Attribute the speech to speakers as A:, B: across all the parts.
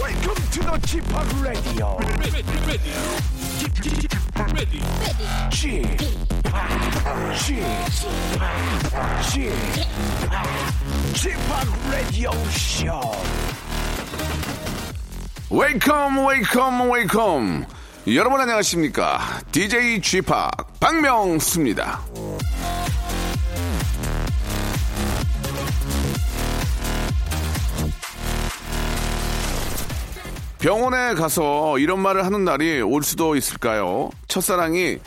A: Welcome to the g p o p Radio.
B: ready, ready, ready,
A: g p o p G p o p Radio Show.
C: 웨이컴 웨이컴 웨이컴 여러분 안녕하십니까 DJ g p o p 박명수입니다 병원에 가서 이런 말을 하는 날이 올 수도 있을까요? 첫사랑이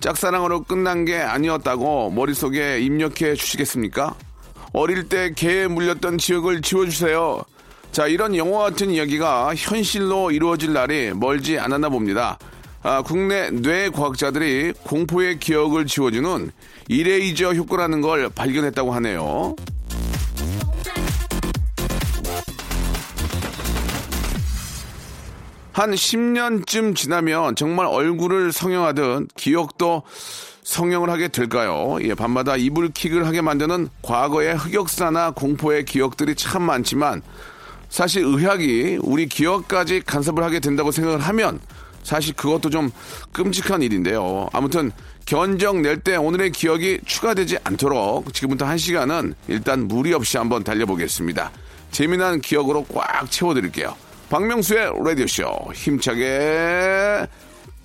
C: 짝사랑으로 끝난 게 아니었다고 머릿속에 입력해 주시겠습니까? 어릴 때 개에 물렸던 지역을 지워주세요. 자, 이런 영화 같은 이야기가 현실로 이루어질 날이 멀지 않았나 봅니다. 아, 국내 뇌과학자들이 공포의 기억을 지워주는 이레이저 효과라는 걸 발견했다고 하네요. 한 10년쯤 지나면 정말 얼굴을 성형하듯 기억도 성형을 하게 될까요? 예, 밤마다 이불킥을 하게 만드는 과거의 흑역사나 공포의 기억들이 참 많지만 사실 의학이 우리 기억까지 간섭을 하게 된다고 생각을 하면 사실 그것도 좀 끔찍한 일인데요. 아무튼 견적 낼 때 오늘의 기억이 추가되지 않도록 지금부터 한 시간은 일단 무리 없이 한번 달려보겠습니다. 재미난 기억으로 꽉 채워드릴게요. 박명수의 라디오쇼 힘차게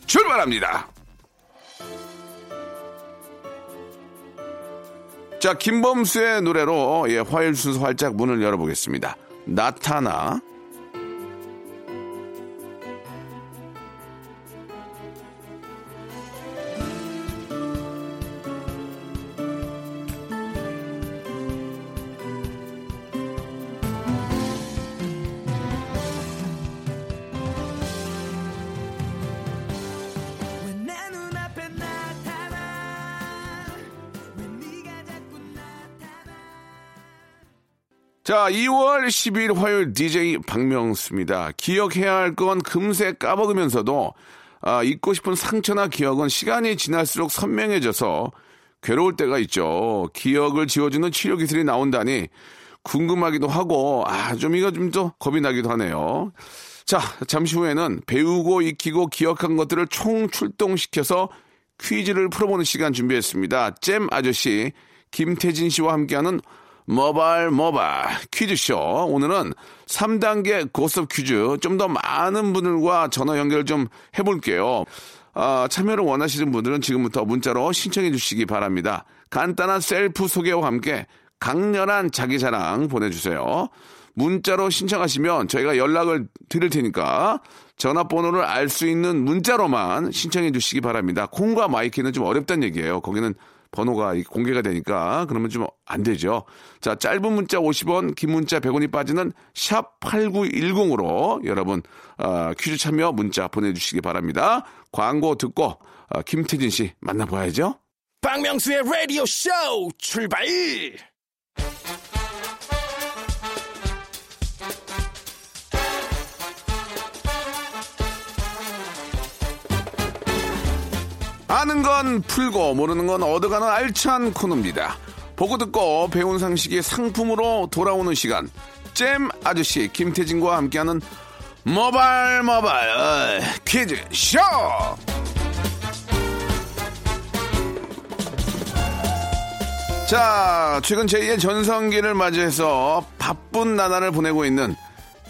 C: 출발합니다. 자, 김범수의 노래로 예, 화요일 순서 활짝 문을 열어보겠습니다. 나타나.
D: 왜 내 눈앞에 나타나 왜 네가 자꾸 나타나
C: 자, 2월 12일 화요일 DJ 박명수입니다. 기억해야 할 건 금세 까먹으면서도 아, 잊고 싶은 상처나 기억은 시간이 지날수록 선명해져서 괴로울 때가 있죠. 기억을 지워주는 치료 기술이 나온다니 궁금하기도 하고 아, 좀 이거 좀 또 겁이 나기도 하네요. 자, 잠시 후에는 배우고 익히고 기억한 것들을 총 출동시켜서 퀴즈를 풀어보는 시간 준비했습니다. 잼 아저씨 김태진 씨와 함께하는 모발 모발 퀴즈쇼. 오늘은 3단계 고스톱 퀴즈 좀 더 많은 분들과 전화 연결 좀 해볼게요. 아, 참여를 원하시는 분들은 지금부터 문자로 신청해 주시기 바랍니다. 간단한 셀프 소개와 함께 강렬한 자기 자랑 보내주세요. 문자로 신청하시면 저희가 연락을 드릴 테니까 전화번호를 알 수 있는 문자로만 신청해 주시기 바랍니다. 콩과 마이키는 좀 어렵다는 얘기예요. 거기는 번호가 이- 공개가 되니까 그러면 좀 안 되죠. 자, 짧은 문자 50원, 긴 문자 100원이 빠지는 샵 8910으로 여러분 아, 퀴즈 참여 문자 보내주시기 바랍니다. 광고 듣고 아, 김태진 씨 만나봐야죠.
A: 박명수의 라디오 쇼 출발.
C: 아는 건 풀고 모르는 건 얻어가는 알찬 코너입니다. 보고 듣고 배운 상식이 상품으로 돌아오는 시간. 잼 아저씨 김태진과 함께하는 모발 모발 어, 퀴즈 쇼. 자, 최근 제2의 전성기를 맞이해서 바쁜 나날을 보내고 있는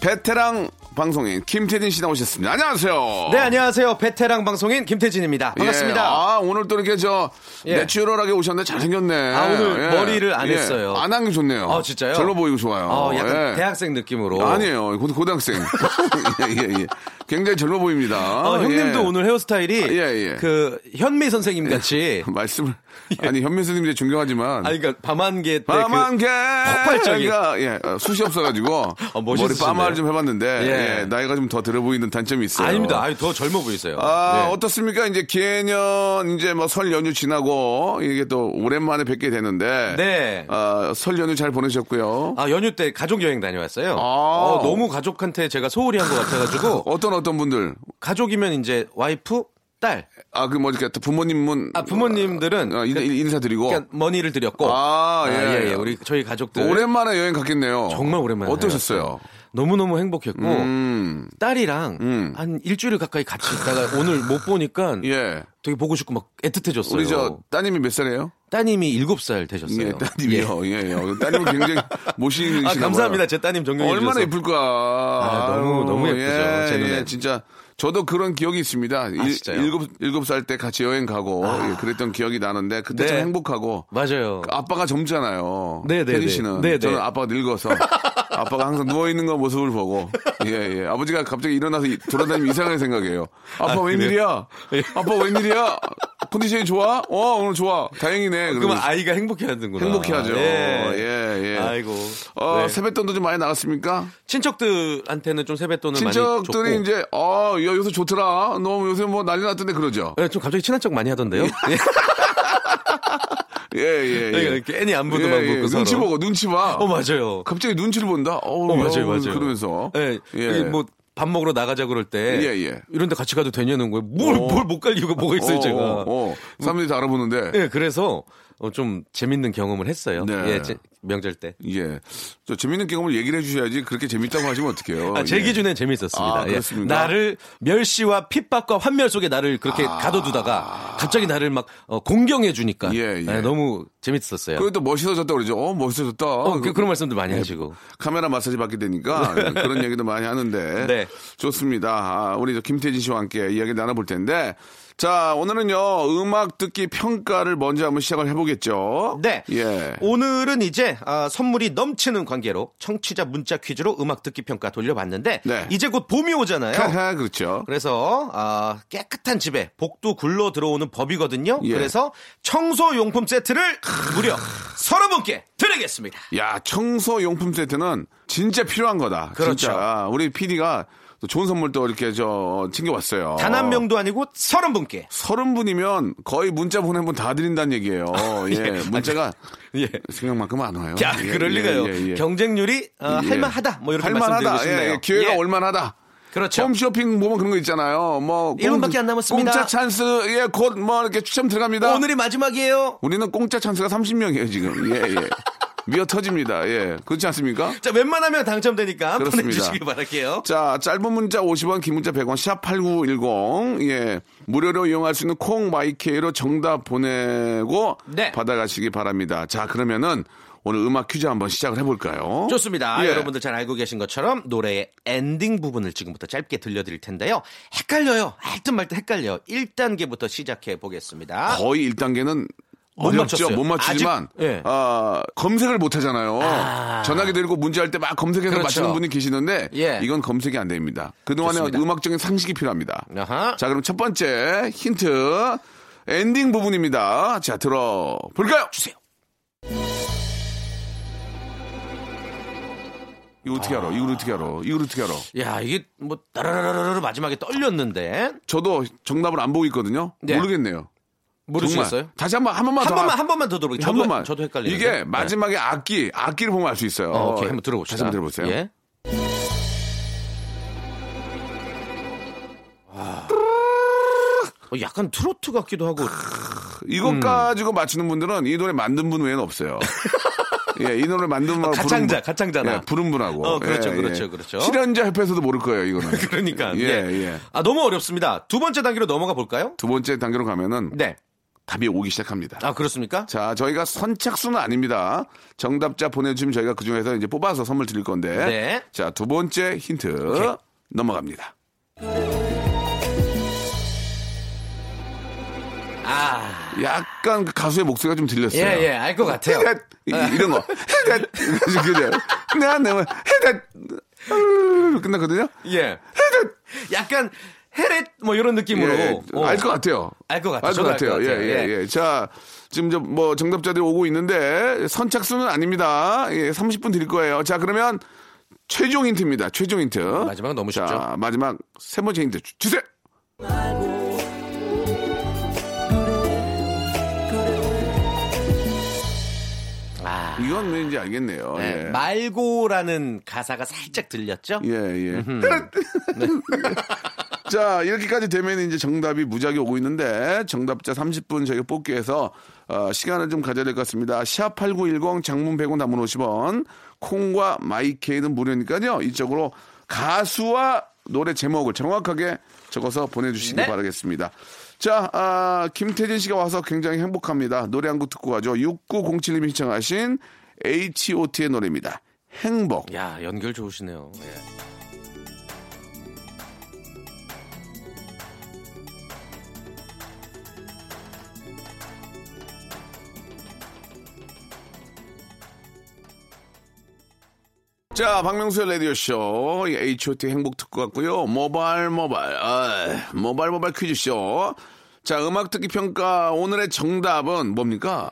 C: 베테랑 방송인 김태진 씨 나오셨습니다. 안녕하세요.
E: 네, 안녕하세요. 베테랑 방송인 김태진입니다.
C: 예,
E: 반갑습니다.
C: 아, 오늘 또 이렇게 저
E: 예.
C: 내추럴하게 오셨는데 잘생겼네. 예.
E: 아, 오늘 머리를 안 했어요.
C: 안 한 게 좋네요.
E: 아, 진짜요?
C: 절로 보이고 좋아요.
E: 어, 약간
C: 예.
E: 대학생 어. 느낌으로.
C: 아니에요. 고, 고등학생. 예, 예, 예. 굉장히 젊어 보입니다.
E: 어, 형님도
C: 예.
E: 오늘 헤어스타일이
C: 아, 예, 예.
E: 그 현미 선생님 같이
C: 말씀을 아니 현민 선생님 이제 존경하지만
E: 예. 아 그러니까 밤안개 때
C: 빠만개
E: 폭발적인.
C: 예, 어, 숱이 없어가지고
E: 어,
C: 머리
E: 멋있으신데요?
C: 빠마를 좀 해봤는데
E: 예.
C: 예, 나이가 좀 더 들어 보이는 단점이
E: 그...
C: 있어요.
E: 아닙니다. 아니 더 젊어 보이세요.
C: 아,
E: 네.
C: 어떻습니까? 이제 기해년, 이제 뭐 설 연휴 지나고, 이게 또 오랜만에 뵙게 되는데.
E: 네.
C: 아, 설 연휴 잘 보내셨고요.
E: 아, 연휴 때 가족 여행 다녀왔어요.
C: 아.
E: 어, 너무 가족한테 제가 소홀히 한 것 같아가지고
C: 어떤 어떤 분들?
E: 가족이면 이제 와이프, 딸.
C: 아, 그 뭐지, 그 부모님은.
E: 아, 부모님들은
C: 어, 인, 사드리고
E: 그러니까 머니를 드렸고.
C: 아, 예, 예.
E: 우리 저희 가족들
C: 오랜만에 여행 갔겠네요.
E: 정말 오랜만에
C: 어떠셨어요?
E: 너무 너무 행복했고
C: 음,
E: 딸이랑
C: 음.
E: 한 일주일 가까이 같이 있다가 오늘 못 보니까
C: 예.
E: 되게 보고 싶고 막 애틋해졌어요.
C: 우리 저 따님이 몇 살이에요?
E: 따님이 일곱 살 되셨어요.
C: 예, 따님이요. 예, 예. 따님은 굉장히
E: 예.
C: 모시는
E: 아, 감사합니다. 제 따님 정경이
C: 얼마나 예쁠까.
E: 아, 너무, 너무 예쁘죠,
C: 예,
E: 제 눈엔. 아,
C: 예, 진짜. 저도 그런 기억이 있습니다. 일-
E: 진짜요? 아.
C: 일곱, 일곱 살 때 같이 여행 가고 예, 그랬던 기억이 나는데 그때 참
E: 네.
C: 행복하고
E: 맞아요.
C: 아빠가 젊잖아요.
E: 네, 네,
C: 혜리
E: 네.
C: 씨는
E: 네, 네.
C: 저는 아빠가 늙어서 아빠가 항상 누워 있는 거 모습을 보고 예, 예. 아버지가 갑자기 일어나서 이- 돌아다니면 이상하게 생각해요. 아빠 웬일이야?
E: 예.
C: 아빠 웬일이야? 컨디션이 좋아? 어, 오늘 좋아. 다행이네.
E: 그러면
C: 그러면서
E: 아이가 행복해 하는구나.
C: 행복해하죠.
E: 예.
C: 예, 예.
E: 아이고.
C: 어,
E: 네.
C: 세뱃돈도 좀 많이 나갔습니까?
E: 친척들한테는 좀 세뱃돈을 많이 줬고.
C: 친척들이 이제 어, 야, 요새 좋더라. 너무 요새 뭐 난리 났던데 그러죠.
E: 예, 좀 갑자기 친한 척 많이 하던데요.
C: 예, 예.
E: 예.
C: 예.
E: 괜히 안부도
C: 예,
E: 막
C: 예.
E: 묻고 서로.
C: 눈치 보고 눈치 봐.
E: 어 맞아요.
C: 갑자기 눈치를 본다. 어우,
E: 어
C: 야,
E: 맞아요 맞아요.
C: 그러면서
E: 예. 이게 뭐밥 먹으러 나가자 그럴 때
C: 예, 예. 이런
E: 이런데 같이 가도 되냐는 거예요. 뭘 뭘 못 갈 이유가 뭐가 있어요 제가.
C: 어, 사람들이 다 알아보는데.
E: 예, 그래서 어, 좀 재밌는 경험을 했어요.
C: 네.
E: 예, 제- 명절 때.
C: 예. 저 재밌는 경험을 얘기를 해주셔야지 그렇게 재밌다고 하시면 어떡해요.
E: 아, 제
C: 예.
E: 기준엔 재밌었습니다.
C: 아, 그렇습니까?
E: 나를 멸시와 핍박과 환멸 속에 나를 그렇게
C: 아.
E: 가둬두다가 갑자기 나를 막 어, 공경해 주니까
C: 예, 예.
E: 너무 재밌었어요.
C: 그리고 또 멋있어졌다 그러죠. 어, 멋있어졌다.
E: 어, 그,
C: 그-
E: 런 말씀도 많이 하시고.
C: 카메라 마사지 받게 되니까 그런 얘기도 많이 하는데
E: 네.
C: 좋습니다. 아, 우리 저 김태진 씨와 함께 이야기 나눠볼 텐데 자 오늘은요 음악 듣기 평가를 먼저 한번 시작을 해보겠죠.
E: 네.
C: 예.
E: 오늘은 이제 아, 선물이 넘치는 관계로 청취자 문자 퀴즈로 음악 듣기 평가 돌려봤는데
C: 네.
E: 이제 곧 봄이 오잖아요.
C: 하하, 그렇죠.
E: 그래서 아, 깨끗한 집에 복도 굴러 들어오는 법이거든요.
C: 예.
E: 그래서 청소 용품 세트를 무려 서른 분께 드리겠습니다.
C: 야 청소 용품 세트는 진짜 필요한 거다.
E: 그렇죠.
C: 진짜. 우리 PD가 좋은 선물 또 이렇게 저 챙겨왔어요.
E: 단 한 명도 아니고 서른 분께.
C: 서른 분이면 거의 문자 보낸 분 다 드린다는 얘기예요. 예, 문자가
E: 아, 예.
C: 생각만큼 안 와요.
E: 야,
C: 예,
E: 그럴
C: 예,
E: 리가요.
C: 예, 예.
E: 경쟁률이 어,
C: 예.
E: 할만하다. 뭐 이렇게 말씀드리고
C: 할만하다.
E: 싶네요.
C: 예, 예, 기회가
E: 예.
C: 올만하다.
E: 그렇죠.
C: 홈쇼핑 보면 그런 거 있잖아요. 뭐
E: 일 분밖에
C: 공-
E: 안 남았습니다.
C: 공짜 찬스 예, 곧 뭐 이렇게 추첨 들어갑니다.
E: 오늘이 마지막이에요.
C: 우리는 공짜 찬스가 30명이에요 지금. 예 예. 미어 터집니다. 예, 그렇지 않습니까?
E: 자, 웬만하면 당첨되니까
C: 그렇습니다.
E: 보내주시길 바랄게요.
C: 자, 짧은 문자 50원, 긴 문자 100원, 샵8910. 예. 무료로 이용할 수 있는 콩 마이케이로 정답 보내고
E: 네.
C: 받아가시기 바랍니다. 자, 그러면은 오늘 음악 퀴즈 한번 시작을 해볼까요?
E: 좋습니다.
C: 예.
E: 여러분들 잘 알고 계신 것처럼 노래의 엔딩 부분을 지금부터 짧게 들려드릴 텐데요. 헷갈려요. 알듯말듯 헷갈려요. 1단계부터 시작해 보겠습니다.
C: 거의 1단계는
E: 아. 못
C: 어렵죠.
E: 맞췄어요.
C: 못 맞추지만
E: 아직- 예.
C: 아, 검색을 못 하잖아요. 전화기 들고 문제 할 때 막 검색해서
E: 그렇죠.
C: 맞추는 분이 계시는데
E: 예.
C: 이건 검색이 안 됩니다. 그동안에
E: 좋습니다. 네.
C: 음악적인 상식이 필요합니다.
E: 아하.
C: 자, 그럼 첫 번째 힌트 엔딩 부분입니다. 자, 들어볼까요? 주세요. 이거 어떻게 알아? 이걸 어떻게 알아? 이걸 어떻게 알아?
E: 야, 이게 뭐 따라라라라 마지막에 떨렸는데
C: 저도 정답을 안 보고 있거든요.
E: 네.
C: 모르겠네요.
E: 모르시겠어요?
C: 정말. 다시 한번 한 번만
E: 한
C: 더
E: 번만
C: 알-
E: 한 번만 더 들어보세요.
C: 한
E: 저도
C: 번만.
E: 저도 헷갈리는
C: 이게 마지막에 악기, 악기를 보면 알 수 있어요. 예.
E: 어, 오케이. 한번 들어보시다.
C: 다시 한번 들어보세요.
E: 예. 와. 어, 약간 트로트 같기도 하고.
C: 이것
E: 음.
C: 가지고 맞추는 분들은 이 노래 만든 분 외에는 없어요. 예, 이 노래 만든 분하고
E: 가창자,
C: 부른 분.
E: 가창자나.
C: 예, 부른 분하고.
E: 어, 그렇죠,
C: 예,
E: 그렇죠,
C: 예.
E: 그렇죠.
C: 실현자 협회에서도 모를 거예요, 이거는.
E: 그러니까.
C: 예,
E: 예.
C: 예.
E: 아, 너무 어렵습니다. 두 번째 단계로 넘어가 볼까요?
C: 두 번째 단계로 가면은
E: 네.
C: 답이 오기 시작합니다.
E: 아, 그렇습니까?
C: 자, 저희가 선착순은 아닙니다. 정답자 보내주시면 저희가 그중에서 이제 뽑아서 선물 드릴 건데.
E: 네.
C: 자, 두 번째 힌트 넘어갑니다.
E: 아.
C: 약간 그 가수의 목소리가 좀 들렸어요.
E: 예, 예. 알 것 같아요.
C: 헤댓! 이- 이런 거. 헤댓! 그죠? 내가 내가 헤댓! 끝났거든요?
E: 예. 약간 헤렛 뭐 이런 느낌으로.
C: 예,
E: 어.
C: 알 것 같아요.
E: 알것 같아요.
C: 알것
E: 저도 알것
C: 같아요. 예,
E: 같아요.
C: 예, 예. 자, 지금 저 뭐 정답자들이 오고 있는데 선착순은 아닙니다. 예, 30분 드릴 거예요. 자, 그러면 최종 힌트입니다. 최종 힌트.
E: 마지막은 너무
C: 자,
E: 쉽죠?
C: 마지막 세 번째 힌트 주- 주세요.
E: 아.
C: 이건 왠지 알겠네요.
E: 네,
C: 예.
E: 예, 말고라는 가사가 살짝 들렸죠?
C: 예, 예. 자, 이렇게까지 되면 이제 정답이 무지하게 오고 있는데, 정답자 30분 저희가 뽑기 위해서, 어, 시간을 좀 가져야 될 것 같습니다. 샵8910 장문 100원 단문 50원, 콩과 마이케이는 무료니까요. 이쪽으로 가수와 노래 제목을 정확하게 적어서 보내주시기
E: 네.
C: 바라겠습니다. 자, 아, 김태진 씨가 와서 굉장히 행복합니다. 노래 한 곡 듣고 가죠. 6907님이 신청하신 H.O.T의 노래입니다. 행복.
E: 야 연결 좋으시네요. 예.
C: 자, 박명수의 라디오쇼, 이 H.O.T. 행복 듣고 갔고요. 모발, 모발, 아, 모발, 모발 퀴즈쇼. 자, 음악 듣기 평가, 오늘의 정답은 뭡니까?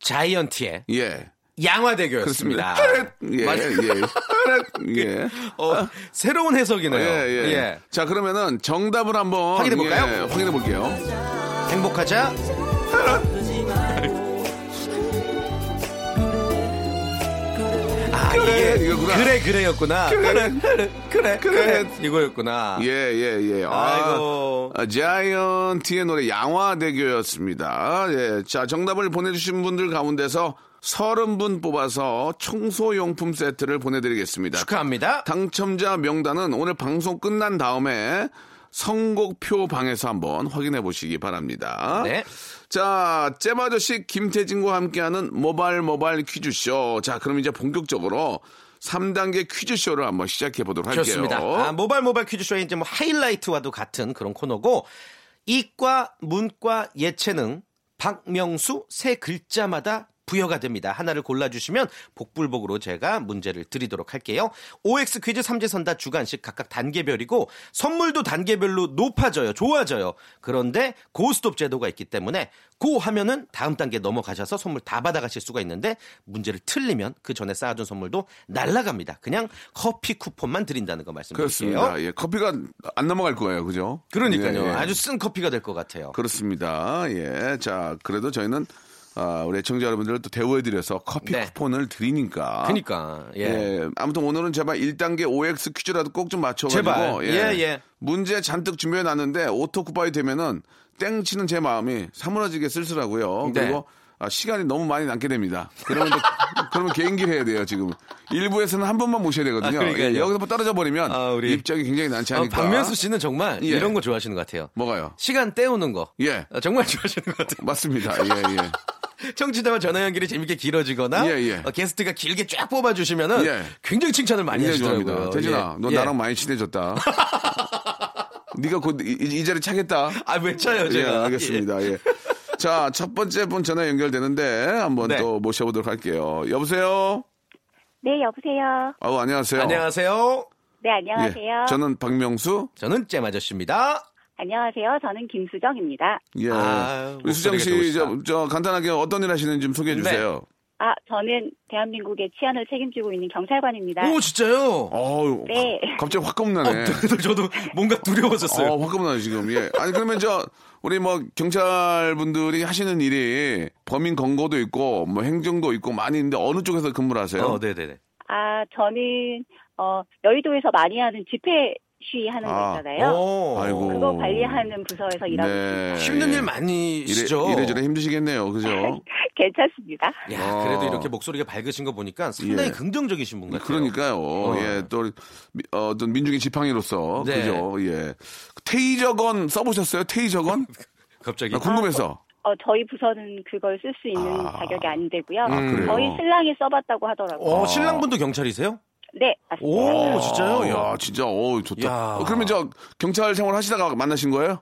E: 자이언티의
C: 예.
E: 양화대교였습니다.
C: 그렇습니다. 예,
E: 아. 맞아요.
C: 예, 예. 예.
E: 어, 새로운 해석이네요.
C: 예, 예.
E: 예.
C: 자, 그러면은 정답을 한번
E: 확인해 볼까요?
C: 예, 확인해 볼게요.
E: 행복하자. 아,
C: 그래,
E: 이게
C: 이거구나.
E: 그래 그래였구나. 그래 그래 그래,
C: 그래.
E: 이거였구나.
C: 예, 예, 예.
E: 아이고.
C: 아, 자이언티의 노래 양화대교였습니다. 예. 자, 정답을 보내주신 분들 가운데서 서른 분 뽑아서 청소용품 세트를 보내드리겠습니다.
E: 축하합니다.
C: 당첨자 명단은 오늘 방송 끝난 다음에 선곡표 방에서 한번 확인해 보시기 바랍니다.
E: 네.
C: 자, 잼아저씨 김태진과 함께하는 모발 모발 퀴즈쇼. 자, 그럼 이제 본격적으로 3단계 퀴즈쇼를 한번 시작해 보도록 할게요.
E: 좋습니다. 아, 모발 모발 퀴즈쇼의 이제 뭐 하이라이트와도 같은 그런 코너고 이과, 문과, 예체능, 박명수 세 글자마다 부여가 됩니다. 하나를 골라주시면 복불복으로 제가 문제를 드리도록 할게요. OX 퀴즈 삼재선다 주간식 각각 단계별이고 선물도 단계별로 높아져요. 좋아져요. 그런데 고스톱 제도가 있기 때문에 고 하면은 다음 단계 넘어가셔서 선물 다 받아가실 수가 있는데 문제를 틀리면 그 전에 쌓아둔 선물도 날라갑니다. 그냥 커피 쿠폰만 드린다는 거 말씀드릴게요.
C: 그렇습니다. 예, 커피가 안 넘어갈 거예요. 그죠?
E: 그러니까요.
C: 예, 예.
E: 아주 쓴 커피가 될 것 같아요.
C: 그렇습니다. 예. 자, 그래도 저희는 아, 우리 애청자 여러분들을 또 대우해드려서 커피
E: 네.
C: 쿠폰을 드리니까.
E: 그러니까 예.
C: 아, 예. 아무튼 오늘은 제발 1단계 OX 퀴즈라도 꼭 좀 맞춰가지고
E: 제발. 예, 예.
C: 문제 잔뜩 준비해 놨는데 오토쿠바이 되면은 땡 치는 제 마음이 사물어지게 쓸쓸하고요.
E: 네.
C: 그리고 아, 시간이 너무 많이 남게 됩니다. 그러면 또, 그러면 개인기를 해야 돼요 지금. 일부에서는 한 번만 모셔야 되거든요.
E: 아, 그러니까요.
C: 예, 여기서 떨어져 버리면
E: 아, 우리-
C: 입장이 굉장히 난처
E: 어,
C: 하니까.
E: 박명수 씨는 정말
C: 예.
E: 이런 거 좋아하시는 것 같아요.
C: 뭐가요?
E: 시간 때우는 거.
C: 예.
E: 어, 정말 좋아하시는 것 같아요.
C: 맞습니다. 예 예.
E: 청취자와 전화 연결이 재밌게 길어지거나
C: 예, 예.
E: 어, 게스트가 길게 쫙 뽑아주시면은
C: 예.
E: 굉장히 칭찬을 많이
C: 굉장히
E: 하시더라고요.
C: 좋아합니다. 태진아,
E: 예.
C: 너
E: 예.
C: 나랑 많이 친해졌다. 네가 곧 이, 이- 이 자리 차겠다.
E: 아, 왜 차요,
C: 예,
E: 제가?
C: 알겠습니다. 예. 자, 첫 번째 분 전화 연결되는데 한번
E: 네.
C: 또 모셔보도록 할게요. 여보세요.
F: 네, 여보세요.
C: 아우 안녕하세요.
E: 예. 안녕하세요.
F: 네, 안녕하세요.
C: 예, 저는 박명수.
E: 저는 잼 아저씨입니다.
F: 안녕하세요. 저는 김수정입니다.
C: 예.
E: 아유,
C: 우리 수정
E: 목소리가
C: 씨, 저,
E: 좋으시다. 네.
C: 저 간단하게 어떤 일 하시는지 좀 소개해 주세요.
F: 아, 저는 대한민국의 치안을 책임지고 있는 경찰관입니다.
E: 오, 진짜요?
C: 어우,
F: 네.
C: 가- 갑자기 확
E: 어,
C: 겁나네.
E: 저도 뭔가 두려워졌어요.
C: 어, 화끈하네 지금. 예. 아니 그러면 저 우리 뭐 경찰분들이 하시는 일이 범인 검거도 있고 뭐 행정도 있고 많이 있는데 어느 쪽에서 근무를 하세요?
E: 어, 네네네.
F: 아, 저는 어, 여의도에서 많이 하는 집회 시위하는
C: 아,
F: 거 있잖아요.
E: 오.
C: 아이고.
F: 그거 관리하는 부서에서 일하고 있습니다.
E: 네.
F: 아,
E: 힘든
C: 예.
E: 일 많이시죠?
C: 이래, 이래저래 힘드시겠네요. 그죠?
F: 괜찮습니다.
E: 야,
C: 어.
E: 그래도 이렇게 목소리가 밝으신 거 보니까 상당히
C: 예.
E: 긍정적이신 분 같아요.
C: 그러니까요. 예. 또 미- 어, 어떤 민중의 지팡이로서
E: 어. 네.
C: 그죠? 예. 테이저건 써 보셨어요? 테이저건?
E: 갑자기.
C: 나 궁금해서.
F: 어, 저희 부서는 그걸 쓸 수 있는
C: 아.
F: 자격이 안 되고요.
C: 그래요?
F: 저희 신랑이 써봤다고 하더라고요.
E: 어, 신랑분도 경찰이세요?
F: 네, 맞습니다.
E: 오,
C: 아,
E: 어, 진짜요?
C: 야, 아. 진짜. 어, 좋다.
E: 야.
C: 어, 그러면 저 경찰 생활 하시다가 만나신 거예요?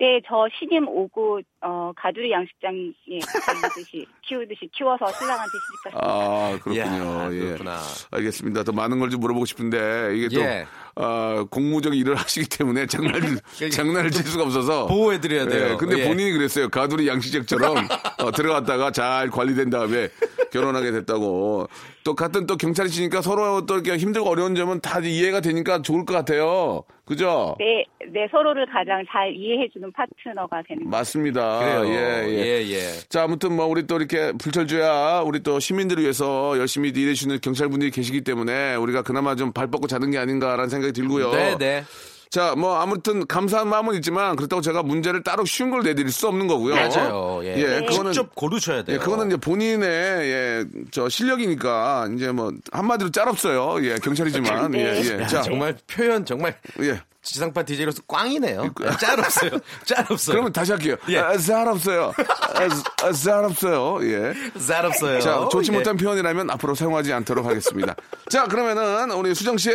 F: 네, 저 신임 오고 어, 가두리 양식장에 키우듯이 키우듯이 키워서 신랑한테 시집갔습니다.
C: 아, 그렇군요.
E: 야,
C: 예.
E: 그렇구나.
C: 알겠습니다. 더 많은 걸 좀 물어보고 싶은데 이게 또
E: 예.
C: 어, 공무적인 일을 하시기 때문에 장난을 장난을 칠 수가 없어서
E: 그러니까 보호해드려야 돼요.
C: 예, 근데
E: 예.
C: 본인이 그랬어요. 가두리 양식장처럼 어, 들어갔다가 잘 관리된 다음에 결혼하게 됐다고. 또 같은 또 경찰이시니까 서로 또 이렇게 힘들고 어려운 점은 다 이해가 되니까 좋을 것 같아요. 그죠?
E: 네.
F: 내, 내 서로를 가장 잘 이해해주는 파트너가 되는 거
C: 맞습니다.
E: 그래요.
C: 예, 예.
E: 예, 예.
C: 자, 아무튼 뭐 우리 또 이렇게 불철주야 우리 또 시민들을 위해서 열심히 일해 주시는 경찰분들이 계시기 때문에 우리가 그나마 좀 발 뻗고 자는 게 아닌가라는 생각이 들고요.
E: 네, 네.
C: 자, 뭐 아무튼 감사한 마음은 있지만 그렇다고 제가 문제를 따로 쉬운 걸 내드릴 수 없는 거고요.
E: 맞아요. 예.
C: 어? 예, 그거는
E: 직접 고르셔야 돼요.
C: 예, 그거는 이제 본인의 예, 저 실력이니까 이제 뭐 한마디로 짤없어요. 예, 경찰이지만 예, 예.
E: 야,
C: 자,
E: 네. 아, 정말 표현 정말
C: 예. 그-
E: 지상파 DJ로서 꽝이네요. 짤 없어요. 짤 없어요.
C: 그러면 다시 할게요.
E: 예.
C: 아, 짤없어요. 아, 아, 짤없어요. 예.
E: 짤 없어요.
C: 자, 좋지
E: 예.
C: 못한 표현이라면 앞으로 사용하지 않도록 하겠습니다. 자, 그러면은 우리 수정 씨,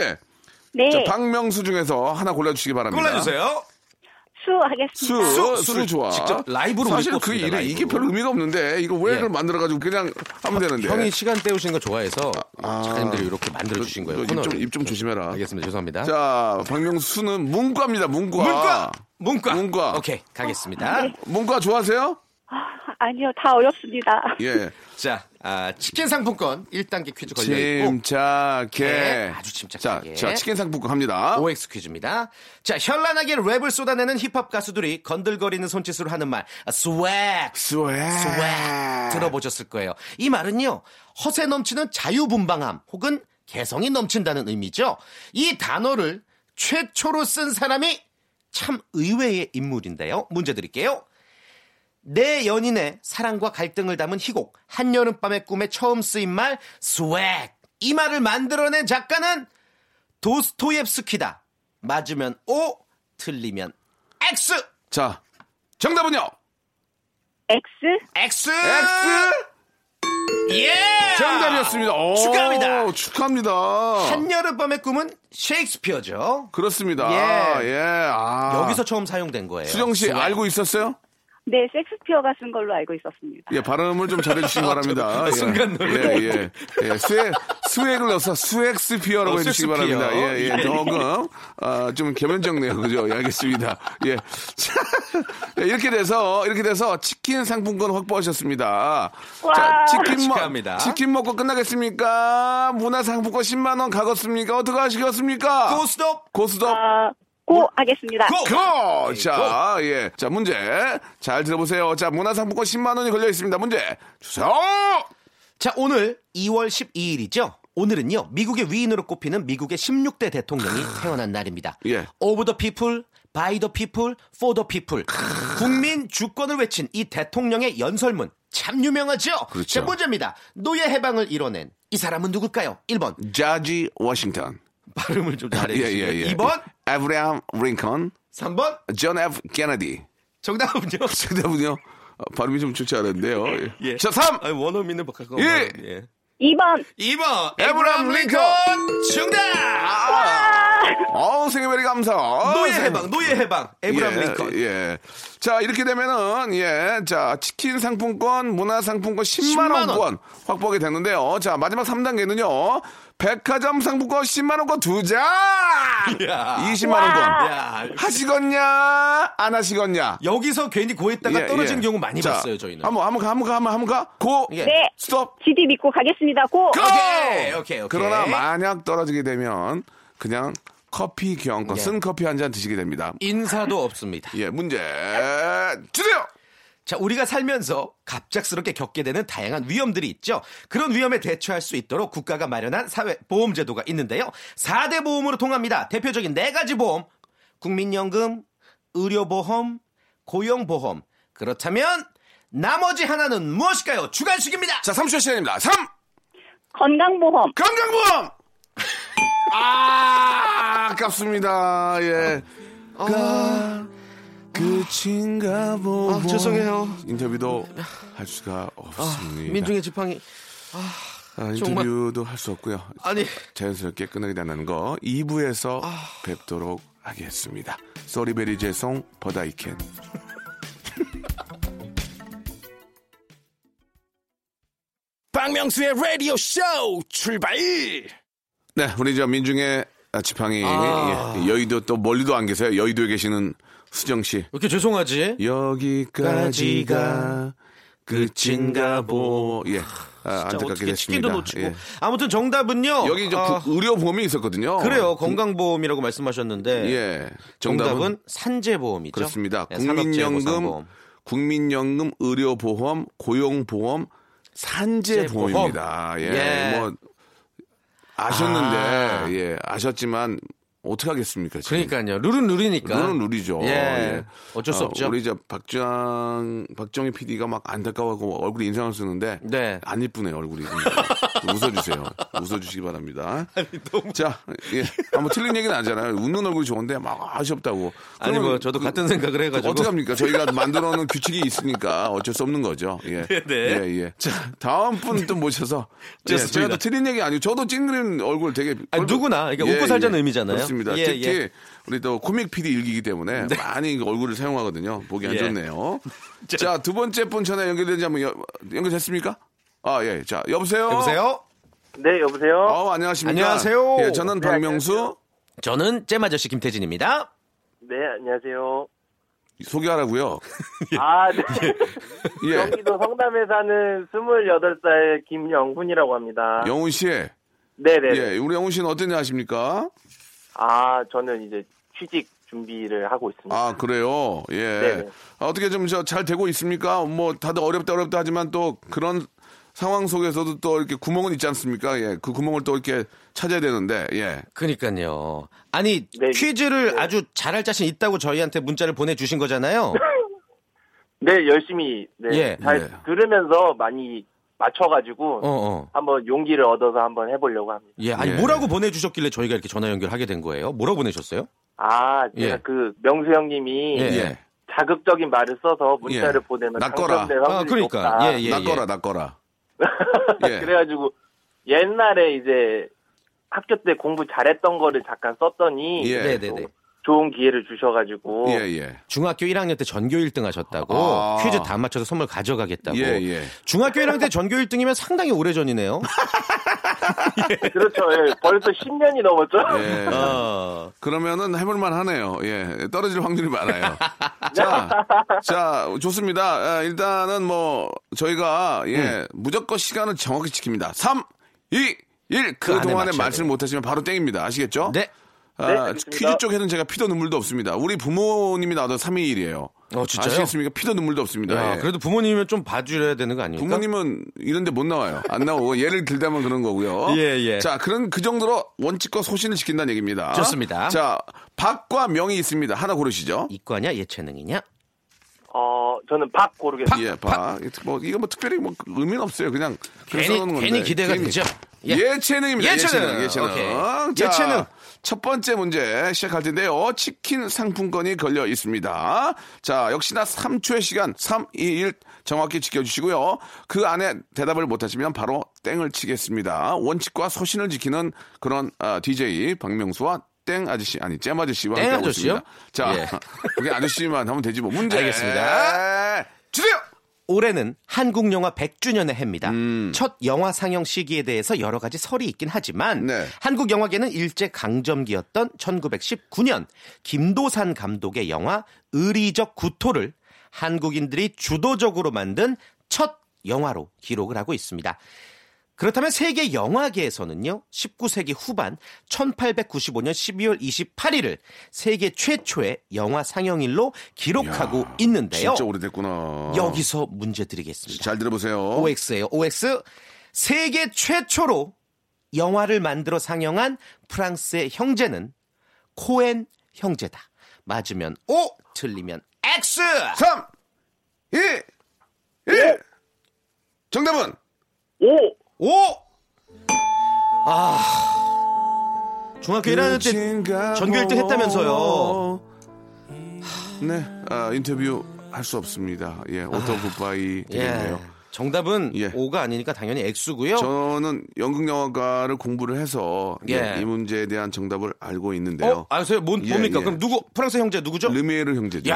F: 네.
C: 자, 박명수 중에서 하나 골라주시기 바랍니다.
E: 골라주세요.
C: 수,
F: 수하겠습니다.
C: 수,
E: 수를
C: 좋아.
E: 직접 라이브로
C: 사실
E: 우리
C: 그
E: 뽑습니다,
C: 일이
E: 라이브.
C: 이게 별로 의미가 없는데 이거 왜
E: 예.
C: 이걸 만들어가지고 그냥 하면 되는데.
E: 형이 시간 때우시는 거 좋아해서
C: 예. 아.
E: 작가님들이 이렇게 만들어 주신 거예요.
C: 입좀
E: 코너를.
C: 입 좀 조심해라.
E: 알겠습니다. 죄송합니다.
C: 자, 박명수는 문과입니다. 문과.
E: 문과. 문과.
C: 문과.
E: 오케이. 가겠습니다.
C: 문과 좋아하세요?
F: 아니요, 다 어렵습니다.
C: 예.
E: 자, 아, 치킨 상품권 1단계 퀴즈 걸려 있고
C: 침착해.
E: 네, 아주 침착하게.
C: 자, 자, 치킨 상품권 갑니다.
E: OX 퀴즈입니다. 자, 현란하게 랩을 쏟아내는 힙합 가수들이 건들거리는 손짓으로 하는 말, 아, 스웩,
C: 스웩. 아.
E: 스웩 들어보셨을 거예요. 이 말은요, 허세 넘치는 자유분방함 혹은 개성이 넘친다는 의미죠. 이 단어를 최초로 쓴 사람이 참 의외의 인물인데요. 문제 드릴게요. 내 연인의 사랑과 갈등을 담은 희곡 한여름밤의 꿈에 처음 쓰인 말 스웩 이 말을 만들어낸 작가는 도스토옙스키다 맞으면 O 틀리면 X
C: 자, 정답은요?
F: X?
E: X
C: X!
E: 예
C: 정답이었습니다. 오,
E: 아. 축하합니다.
C: 축하합니다.
E: 한여름밤의 꿈은 셰익스피어죠
C: 그렇습니다.
E: 예.
C: 예. 아.
E: 여기서 처음 사용된 거예요
C: 수정 씨
E: 스웩.
C: 알고 있었어요?
F: 네, 섹스피어가 쓴 걸로 알고 있었습니다.
C: 예, 발음을 좀 잘해주시기 바랍니다. 예.
E: 아, 순간 놀랐네.
C: 예, 예. 예, 스웩, 스웩을 넣어서 스웩스피어라고
E: 어,
C: 해주시기
E: 스웩스피어.
C: 바랍니다. 예, 예.
E: 예.
C: 조금, 아, 좀 개면적네요. 그죠? 예, 알겠습니다. 예. 자, 예, 이렇게 돼서, 이렇게 돼서 치킨 상품권 확보하셨습니다. 자,
F: 와.
C: 치킨,
E: 축하합니다.
C: 먹, 치킨 먹고 끝나겠습니까? 문화상품권 10만원 가겠습니까? 어떻게 하시겠습니까?
E: 고스톱
C: 고스톱.
F: 아, 고 하겠습니다.
C: 고! 자, 예. 자, 문제. 잘 들어보세요. 자, 문화상품권 10만원이 걸려 있습니다. 문제. 주세요!
E: 자, 오늘 2월 12일이죠. 오늘은요, 미국의 위인으로 꼽히는 미국의 16대 대통령이 태어난 날입니다.
C: 예.
E: Of the people, by the people, for the people. 국민 주권을 외친 이 대통령의 연설문. 참 유명하죠?
C: 그렇죠.
E: 제 문제입니다. 노예 해방을 이뤄낸 이 사람은 누굴까요? 1번.
C: 자지 워싱턴.
E: 발음을 좀
C: 예,
E: 잘해주세요.
C: 예, 예.
E: 2번.
C: 에브리암 링컨.
E: 3번.
C: 존 F. 케네디.
E: 정답은요?
C: 정답은요? 어, 발음이 좀 좋지 않은데요. 예.
E: 예.
C: 자, 3!
E: 아, 원어민은 바꿔.
C: 예.
E: 예.
F: 2번.
E: 2번.
C: 에브람
E: 에브람
C: 링컨. 아,
E: 링컨. 정답!
C: 어우, 생일베리 감사.
E: 노예 해방, 노예 해방. 에브람
C: 예,
E: 링컨.
C: 예. 자, 이렇게 되면은, 예. 자, 치킨 상품권, 문화 상품권 10만원권
E: 10만 원.
C: 확보하게 됐는데요. 자, 마지막 3단계는요. 백화점 상품권 10만원권 두 장! 예.
E: 야.
C: 20만원권.
E: 야,
C: 하시겠냐? 안 하시겠냐?
E: 여기서 괜히 고했다가
C: 예,
E: 떨어진
C: 예.
E: 경우 많이
C: 자,
E: 봤어요, 저희는.
C: 한번, 한번 가, 한번 가, 한번, 한번 가. 고!
E: 예.
F: 네.
C: 스톱!
F: GD 믿고 가겠습니다.
C: 고!
F: 고!
E: 오케이, 오케이, 오케이.
C: 그러나 만약 떨어지게 되면 그냥 커피 교환권,
E: 예.
C: 쓴 커피 한 잔 드시게 됩니다.
E: 인사도 없습니다.
C: 예, 문제 주세요!
E: 자, 우리가 살면서 갑작스럽게 겪게 되는 다양한 위험들이 있죠. 그런 위험에 대처할 수 있도록 국가가 마련한 사회 보험 제도가 있는데요. 4대 보험으로 통합니다. 대표적인 네 가지 보험. 국민연금, 의료보험, 고용보험. 그렇다면 나머지 하나는 무엇일까요? 주간식입니다.
C: 자, 3초 시간입니다. 3!
F: 건강보험.
C: 건강보험! 아, 아깝습니다. 예.
E: 어.
C: 가, 끝인가 보고.
E: 아, 죄송해요.
C: 인터뷰도 할 수가 없습니다.
E: 민중의 지팡이.
C: 아, 인터뷰도 할 수 없고요.
E: 아니.
C: 자연스럽게 끊어야 된다는 거 2부에서
E: 아.
C: 뵙도록 하겠습니다. 소리베리 제송 버다이켄.
A: 박명수의 라디오 쇼 출발!
C: 네, 우리 저 민중의 지팡이
E: 아.
C: 예, 여의도 또 멀리도 안 계세요. 여의도에 계시는 수정 씨.
E: 왜 이렇게 죄송하지?
C: 예, 여기까지가 끝인가 보. 예. 아,
E: 진짜
C: 안타깝게
E: 어떻게
C: 됐습니다.
E: 치킨도 놓치고.
C: 예.
E: 아무튼 정답은요.
C: 여기 저
E: 아,
C: 구- 의료 보험이 있었거든요.
E: 그래요.
C: 구-
E: 건강보험이라고 말씀하셨는데.
C: 예.
E: 정답은,
C: 정답은
E: 산재보험이죠.
C: 그렇습니다.
E: 네,
C: 국민연금,
E: 산업재해보상보험.
C: 국민연금, 의료보험, 고용보험, 산재보험입니다. 예.
E: 예.
C: 뭐 아셨는데
E: 아.
C: 예 아셨지만 어떻게 하겠습니까? 지금?
E: 그러니까요. 룰은 룰이니까.
C: 룰은 룰이죠.
E: 예. 어쩔 수
C: 아,
E: 없죠.
C: 우리 이제 박장 박정희 PD가 막 안타까워하고 얼굴에 인상을 쓰는데
E: 네.
C: 안 이쁘네요 얼굴이. 그러니까. 웃어주세요. 웃어주시기 바랍니다. 자, 예. 아무 틀린 얘기는 아니잖아요. 웃는 얼굴이 좋은데 막 아쉽다고. 그
E: 아니 뭐 저도 같은 생각을 해가지고.
C: 어떻게 합니까? 저희가 만들어놓은 규칙이 있으니까 어쩔 수 없는 거죠. 예,
E: 네, 네.
C: 예, 예. 자, 다음 분 또 모셔서 예,
E: 좋습니다.
C: 제가 또 틀린 얘기 아니고 저도 찡그린 얼굴 되게
E: 아니,
C: 얼굴-
E: 누구나. 그러니까 웃고 살자는 의미잖아요.
C: 그렇습니다.
E: 예,
C: 특히
E: 예.
C: 우리 또 코믹 PD 일기이기 때문에 많이 그 얼굴을 사용하거든요. 보기 안
E: 예.
C: 좋네요. 자, 두 번째 분 전화 연결되는지 한번 여- 연결됐습니까? 아, 예. 자,
E: 어?
C: 여보세요.
E: 여보세요.
G: 네, 여보세요?
C: 어, 안녕하십니까?
E: 안녕하세요.
C: 예, 저는 박명수
E: 저는 잼 아저씨 김태진입니다.
G: 네, 안녕하세요.
C: 소개하라고요.
G: 아, 네.
C: 예.
G: 경기도 성남에 사는 28살 김영훈이라고 합니다.
C: 영훈 씨. 예,
G: 네네.
C: 우리 영훈 씨는 어땠냐 하십니까?
G: 아, 저는 이제 취직 준비를 하고 있습니다.
C: 아, 그래요. 예.
G: 네네.
C: 아, 어떻게 좀 저 잘 되고 있습니까? 뭐 다들 어렵다 어렵다 하지만 또 그런 상황 속에서도 또 이렇게 구멍은 있지 않습니까? 예. 그 구멍을 또 이렇게 찾아야 되는데. 예.
E: 그러니까요. 아니
G: 네.
E: 퀴즈를 아주 잘할 자신 있다고 저희한테 문자를 보내주신 거잖아요.
G: 네, 열심히, 네.
E: 예,
G: 잘
C: 예.
G: 들으면서 많이
E: 어
G: 맞춰가지고,
E: 어.
G: 한번 용기를 얻어서 한번 해보려고 합니다.
E: 예. 아니
C: 예.
E: 뭐라고 보내주셨길래 저희가 이렇게 전화 연결하게 된 거예요? 뭐라고 보내셨어요?
G: 아, 제가
E: 예.
G: 그 명수 형님이
E: 예.
C: 예.
G: 자극적인 말을 써서 문자를
C: 예.
G: 보내면
C: 낚어라.
G: 당첨될
E: 아
G: 확률이 높다.
E: 그러니까. 예 예.
C: 나
E: 예.
C: 거라 나 거라. 예.
G: 그래가지고 옛날에 이제 학교 때 공부 잘했던 거를 잠깐 썼더니
C: 예.
E: 네네네.
G: 좋은 기회를 주셔가지고
C: 예, 예.
E: 중학교 1학년 때 전교 1등 하셨다고
C: 아.
E: 퀴즈 다 맞춰서 선물 가져가겠다고.
C: 예, 예.
E: 중학교 1학년 때 전교 1등이면 상당히 오래 전이네요.
G: 그렇죠 예. 벌써 10년이 넘었죠
C: 예.
E: 어.
C: 그러면은 해볼만 하네요. 예. 떨어질 확률이 많아요. 자, 자, 좋습니다. 아, 일단은 뭐, 저희가,
E: 음.
C: 예, 무조건 시간을 정확히 지킵니다. 3, 2, 1.
E: 안에
C: 그동안에
E: 맞춰야
C: 말씀을
E: 돼요.
C: 못하시면 바로 땡입니다. 아시겠죠?
E: 네.
G: 네,
C: 아,
G: 알겠습니다.
C: 퀴즈 쪽에는 제가 피도 눈물도 없습니다. 우리 부모님이 나도 3위일이에요.
E: 어, 진짜요?
C: 아시겠습니까? 피도 눈물도 없습니다.
E: 야,
C: 예.
E: 그래도 부모님은 좀 봐주셔야 되는 거 아닙니까?
C: 부모님은 이런데 못 나와요. 안 나오고 예를 들다면 그런 거고요.
E: 예, 예.
C: 자, 그런 그 정도로 원칙과 소신을 지킨다는 얘기입니다.
E: 좋습니다.
C: 자, 박과 명이 있습니다. 하나 고르시죠.
E: 이과냐 예체능이냐?
G: 어 저는 박 고르겠습니다
C: 예, 박. 뭐 이거 뭐 특별히 뭐 의미는 없어요. 그냥 그냥
E: 괜히-
C: 써놓은 건데.
E: 괜히 기대가 되죠. 예.
C: 예. 예체능입니다. 예체능.
E: 예체능.
C: 예체능.
E: 오케이.
C: 자,
E: 예체능.
C: 첫 번째 문제 시작할 텐데요. 치킨 상품권이 걸려 있습니다. 자, 역시나 3초의 시간 3, 2, 1 정확히 지켜주시고요. 그 안에 대답을 못하시면 바로 땡을 치겠습니다. 원칙과 소신을 지키는 그런 아, DJ 박명수와 땡 아저씨 아니 잼 아저씨와
E: 땡
C: 함께하고
E: 아저씨요?
C: 있습니다. 자,
E: 예.
C: 그게 아저씨만 하면 되지 뭐 문제.
E: 알겠습니다.
C: 주세요.
E: 올해는 한국 영화 100주년의 해입니다.
C: 음.
E: 첫 영화 상영 시기에 대해서 여러 가지 설이 있긴 하지만
C: 네.
E: 한국 영화계는 일제 강점기였던 1919년 김도산 감독의 영화 의리적 구토를 한국인들이 주도적으로 만든 첫 영화로 기록을 하고 있습니다. 그렇다면 세계 영화계에서는요, 19세기 후반 1895년 12월 28일을 세계 최초의 영화 상영일로 기록하고
C: 야,
E: 있는데요.
C: 진짜 오래됐구나.
E: 네, 여기서 문제 드리겠습니다.
C: 잘 들어보세요.
E: OX예요. OX 세계 최초로 영화를 만들어 상영한 프랑스의 형제는 코엔 형제다. 맞으면 O, 틀리면 X.
C: 3, 2, 1.
E: 예.
C: 정답은
G: 오
E: O. 아. 중학교 1학년 때 전교 1등 했다면서요.
C: 네, 아, 인터뷰 할 수 없습니다. 예,
E: 아,
C: 오토 굿바이
E: 예.
C: 되겠네요.
E: 정답은
C: 예.
E: O가 아니니까 당연히 X고요. 어,
C: 저는 연극영화과를 공부를 해서
E: 예.
C: 예, 이 문제에 대한 정답을 알고 있는데요.
E: 어, 아세요? 뭔
C: 예,
E: 뭡니까?
C: 예.
E: 그럼 누구 프랑스 형제 누구죠?
C: 르미에르 형제죠.
E: 야!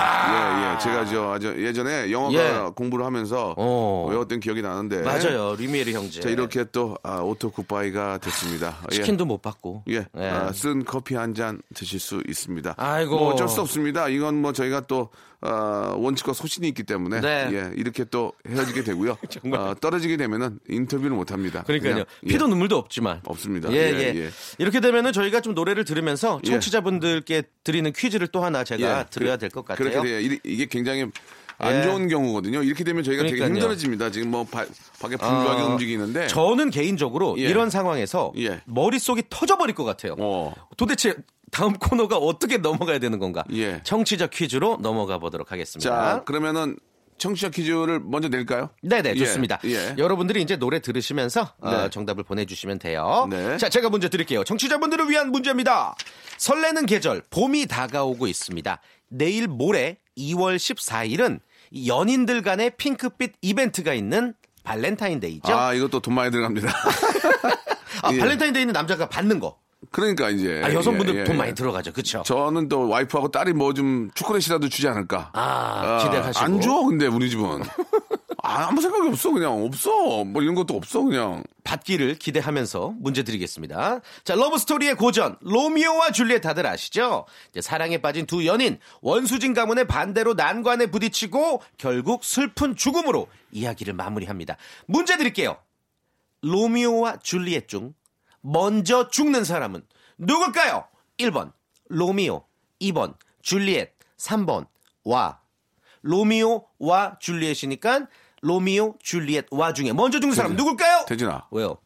C: 예, 예. 제가 저 아주 예전에 영어가
E: 예.
C: 공부를 하면서
E: 어.
C: 외웠던 기억이 나는데.
E: 맞아요. 리미에르 형제.
C: 자, 이렇게 또 아, 오토 굿바이가 됐습니다. 예.
E: 치킨도 못 받고.
C: 예, 아, 쓴 커피 한 잔 드실 수 있습니다.
E: 네. 아이고.
C: 뭐 어쩔 수 없습니다. 이건 뭐 저희가 또 아, 원칙과 소신이 있기 때문에
E: 네.
C: 예, 이렇게 또 헤어지게 되고요.
E: 정말.
C: 아, 떨어지게 되면은 인터뷰를 못 합니다.
E: 그러니까요.
C: 그냥, 예,
E: 피도 눈물도 없지만.
C: 없습니다.
E: 예, 예,
C: 예.
E: 이렇게 되면은 저희가 좀 노래를 들으면서 청취자분들께 드리는 퀴즈를 또 하나 제가
C: 예,
E: 드려야
C: 그래-
E: 될 것
C: 그렇게
E: 같아요.
C: 돼요. 이- 이게 굉장히 안
E: 예.
C: 좋은 경우거든요. 이렇게 되면 저희가
E: 그러니까요.
C: 되게 힘들어집니다. 지금 뭐 바- 밖에 분주하게
E: 어,
C: 움직이는데
E: 저는 개인적으로
C: 예.
E: 이런 상황에서
C: 예.
E: 머릿속이 터져버릴 것 같아요.
C: 어.
E: 도대체 다음 코너가 어떻게 넘어가야 되는 건가?
C: 예.
E: 청취자 퀴즈로 넘어가 보도록 하겠습니다.
C: 자, 그러면은 청취자 퀴즈를 먼저 낼까요?
E: 네. 네네
C: 예,
E: 좋습니다.
C: 예.
E: 여러분들이 이제 노래 들으시면서 어,
C: 네.
E: 정답을 보내주시면 돼요.
C: 네.
E: 자 제가 문제 드릴게요. 청취자분들을 위한 문제입니다. 설레는 계절 봄이 다가오고 있습니다. 내일 모레 2월 14일은 연인들 간의 핑크빛 이벤트가 있는 발렌타인데이죠. 아,
C: 아, 이것도 돈 많이 들어갑니다. 예.
E: 발렌타인데이는 남자가 받는 거.
C: 그러니까 이제
E: 아, 여성분들
C: 예, 예,
E: 돈
C: 예.
E: 많이 들어가죠. 그렇죠.
C: 저는 또 와이프하고 딸이 뭐 좀 초콜릿이라도 주지 않을까.
E: 아, 기대하시고.
C: 안 줘, 근데 우리 집은. 아, 아무 생각이 없어, 그냥. 없어. 뭐 이런 것도 없어, 그냥.
E: 받기를 기대하면서 문제 드리겠습니다. 자, 러브스토리의 고전, 로미오와 줄리엣 다들 아시죠? 이제 사랑에 빠진 두 연인, 원수진 가문의 반대로 난관에 부딪히고 결국 슬픈 죽음으로 이야기를 마무리합니다. 문제 드릴게요. 로미오와 줄리엣 중 먼저 죽는 사람은 누굴까요? 1번, 로미오, 2번, 줄리엣, 3번, 와. 로미오와 줄리엣이니까 로미오, 줄리엣, 와 중에 먼저 죽는 사람 누굴까요?
C: 대진아,
E: 왜요?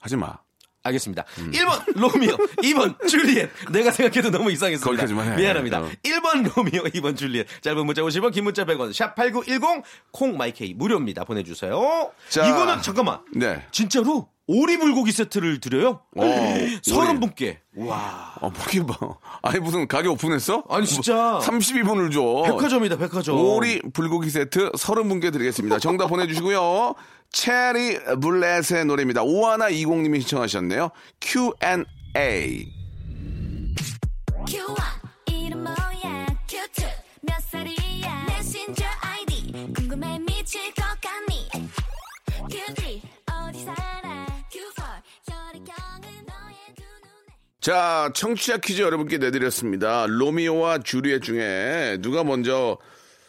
C: 하지 마.
E: 알겠습니다.
C: 음.
E: 1번 로미오, 2번 줄리엣. 내가 생각해도 너무 이상했습니다.
C: 거기까지만 해.
E: 미안합니다.
C: 어.
E: 1번 로미오, 2번 줄리엣. 짧은 문자 50원, 긴 문자 100원. 샵 8910 콩마이케이 무료입니다. 보내 주세요.
C: 자.
E: 이거는 잠깐만.
C: 네.
E: 진짜로 오리 불고기 세트를 드려요?
C: 어, 오리.
E: 서른 분께.
C: 어, 뭐게 봐. 아니, 무슨 가게 오픈했어?
E: 아니, 진짜.
C: 32분을 줘.
E: 백화점이다, 백화점.
C: 오리 불고기 세트 30분께 드리겠습니다. 정답 보내주시고요. 체리 블렛의 노래입니다. 오하나 20님이 신청하셨네요. Q&A.
H: Q1 이름 뭐야 Q2 몇 살이야 내 신조 아이디 궁금해 미칠 것 같니 Q3 어디 살아 Q4 혈액형은 너의 두 눈에
C: 자, 청취자 퀴즈 여러분께 내드렸습니다. 로미오와 주리엣 중에 누가 먼저,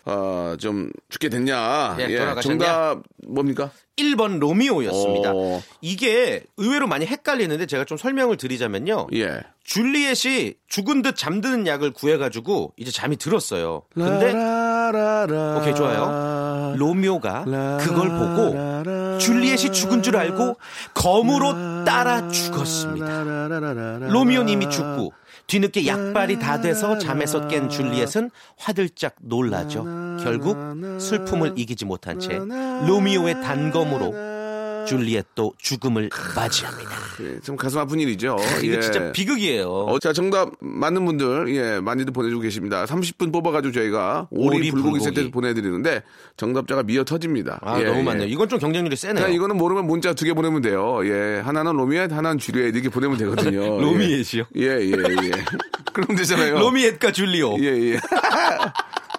C: 어, 좀 죽게 됐냐.
E: 예, 돌아가셨냐?
C: 정답 뭡니까?
E: 1번 로미오였습니다.
C: 어.
E: 이게 의외로 많이 헷갈리는데 제가 좀 설명을 드리자면요.
C: 예.
E: 줄리엣이 죽은 듯 잠드는 약을 구해가지고 이제 잠이 들었어요. 근데 오케이, 좋아요. 로미오가 그걸 보고 줄리엣이 죽은 줄 알고 검으로 따라 죽었습니다. 로미오는 이미 죽고 뒤늦게 약발이 다 돼서 잠에서 깬 줄리엣은 화들짝 놀라죠. 결국 슬픔을 이기지 못한 채 로미오의 단검으로 줄리엣도 죽음을 맞이합니다.
C: 예, 좀 가슴 아픈 일이죠.
E: 이게
C: 예.
E: 진짜 비극이에요.
C: 어, 자, 정답 맞는 분들, 예, 많이들 보내주고 계십니다. 30분 뽑아가지고 저희가 오리,
E: 오리
C: 불고기,
E: 불고기.
C: 세트 보내드리는데 정답자가 미어 터집니다.
E: 아
C: 예,
E: 너무
C: 예.
E: 많네요. 이건 좀 경쟁률이 세네요.
C: 그냥 이거는 모르면 문자 두 개 보내면 돼요. 예, 하나는 로미엣, 하나는 주리엣 이렇게 보내면 되거든요.
E: 로미엣이요?
C: 예, 예, 예. 예. 그럼 되잖아요.
E: 로미엣과 줄리오.
C: 예, 예.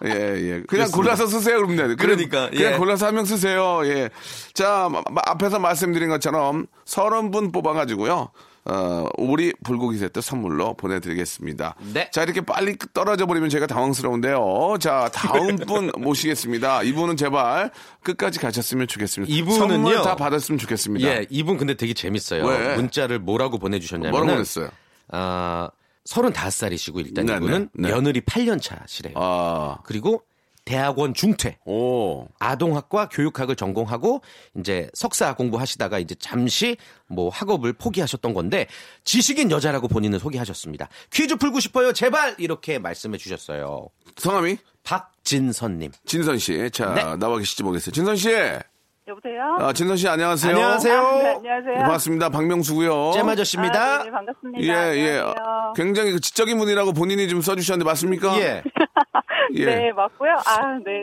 C: 예, 예. 그냥 골라서 쓰세요, 그러면 돼요. 그냥-
E: 그러니까, 예.
C: 그냥 골라서 한 명 쓰세요, 예. 자, 마- 마- 앞에서 말씀드린 것처럼 서른 분 뽑아가지고요. 어, 오리 불고기 세트 선물로 보내드리겠습니다.
E: 네.
C: 자, 이렇게 빨리 떨어져 버리면 제가 당황스러운데요. 자, 다음 분 모시겠습니다. 이분은 제발 끝까지 가셨으면 좋겠습니다.
E: 이분은요.
C: 선물 다 받았으면 좋겠습니다.
E: 예, 이분 근데 되게 재밌어요.
C: 왜?
E: 문자를 뭐라고 보내주셨냐면
C: 뭐라고 그랬어요?
E: 아, 35살이시고 일단
C: 네네,
E: 이분은
C: 네.
E: 며느리 8년 차시래요.
C: 아,
E: 그리고 대학원 중퇴.
C: 오.
E: 아동학과 교육학을 전공하고 이제 석사 공부하시다가 이제 잠시 뭐 학업을 포기하셨던 건데 지식인 여자라고 본인은 소개하셨습니다. 퀴즈 풀고 싶어요. 제발 이렇게 말씀해 주셨어요.
C: 성함이?
E: 박진선 님.
C: 진선 씨. 자,
E: 네.
C: 나와 계실지 모르겠어요. 진선 씨.
F: 여보세요?
C: 아, 진선 씨 안녕하세요.
E: 안녕하세요.
F: 아, 네, 안녕하세요.
C: 네, 반갑습니다. 박명수고요.
E: 잼
F: 아,
E: 아저씨입니다.
F: 네, 네, 반갑습니다.
C: 예, 예.
F: 안녕하세요.
C: 굉장히 그 지적인 분이라고 본인이 지금 써주셨는데 맞습니까?
E: 예.
C: 예.
F: 네, 맞고요. 아,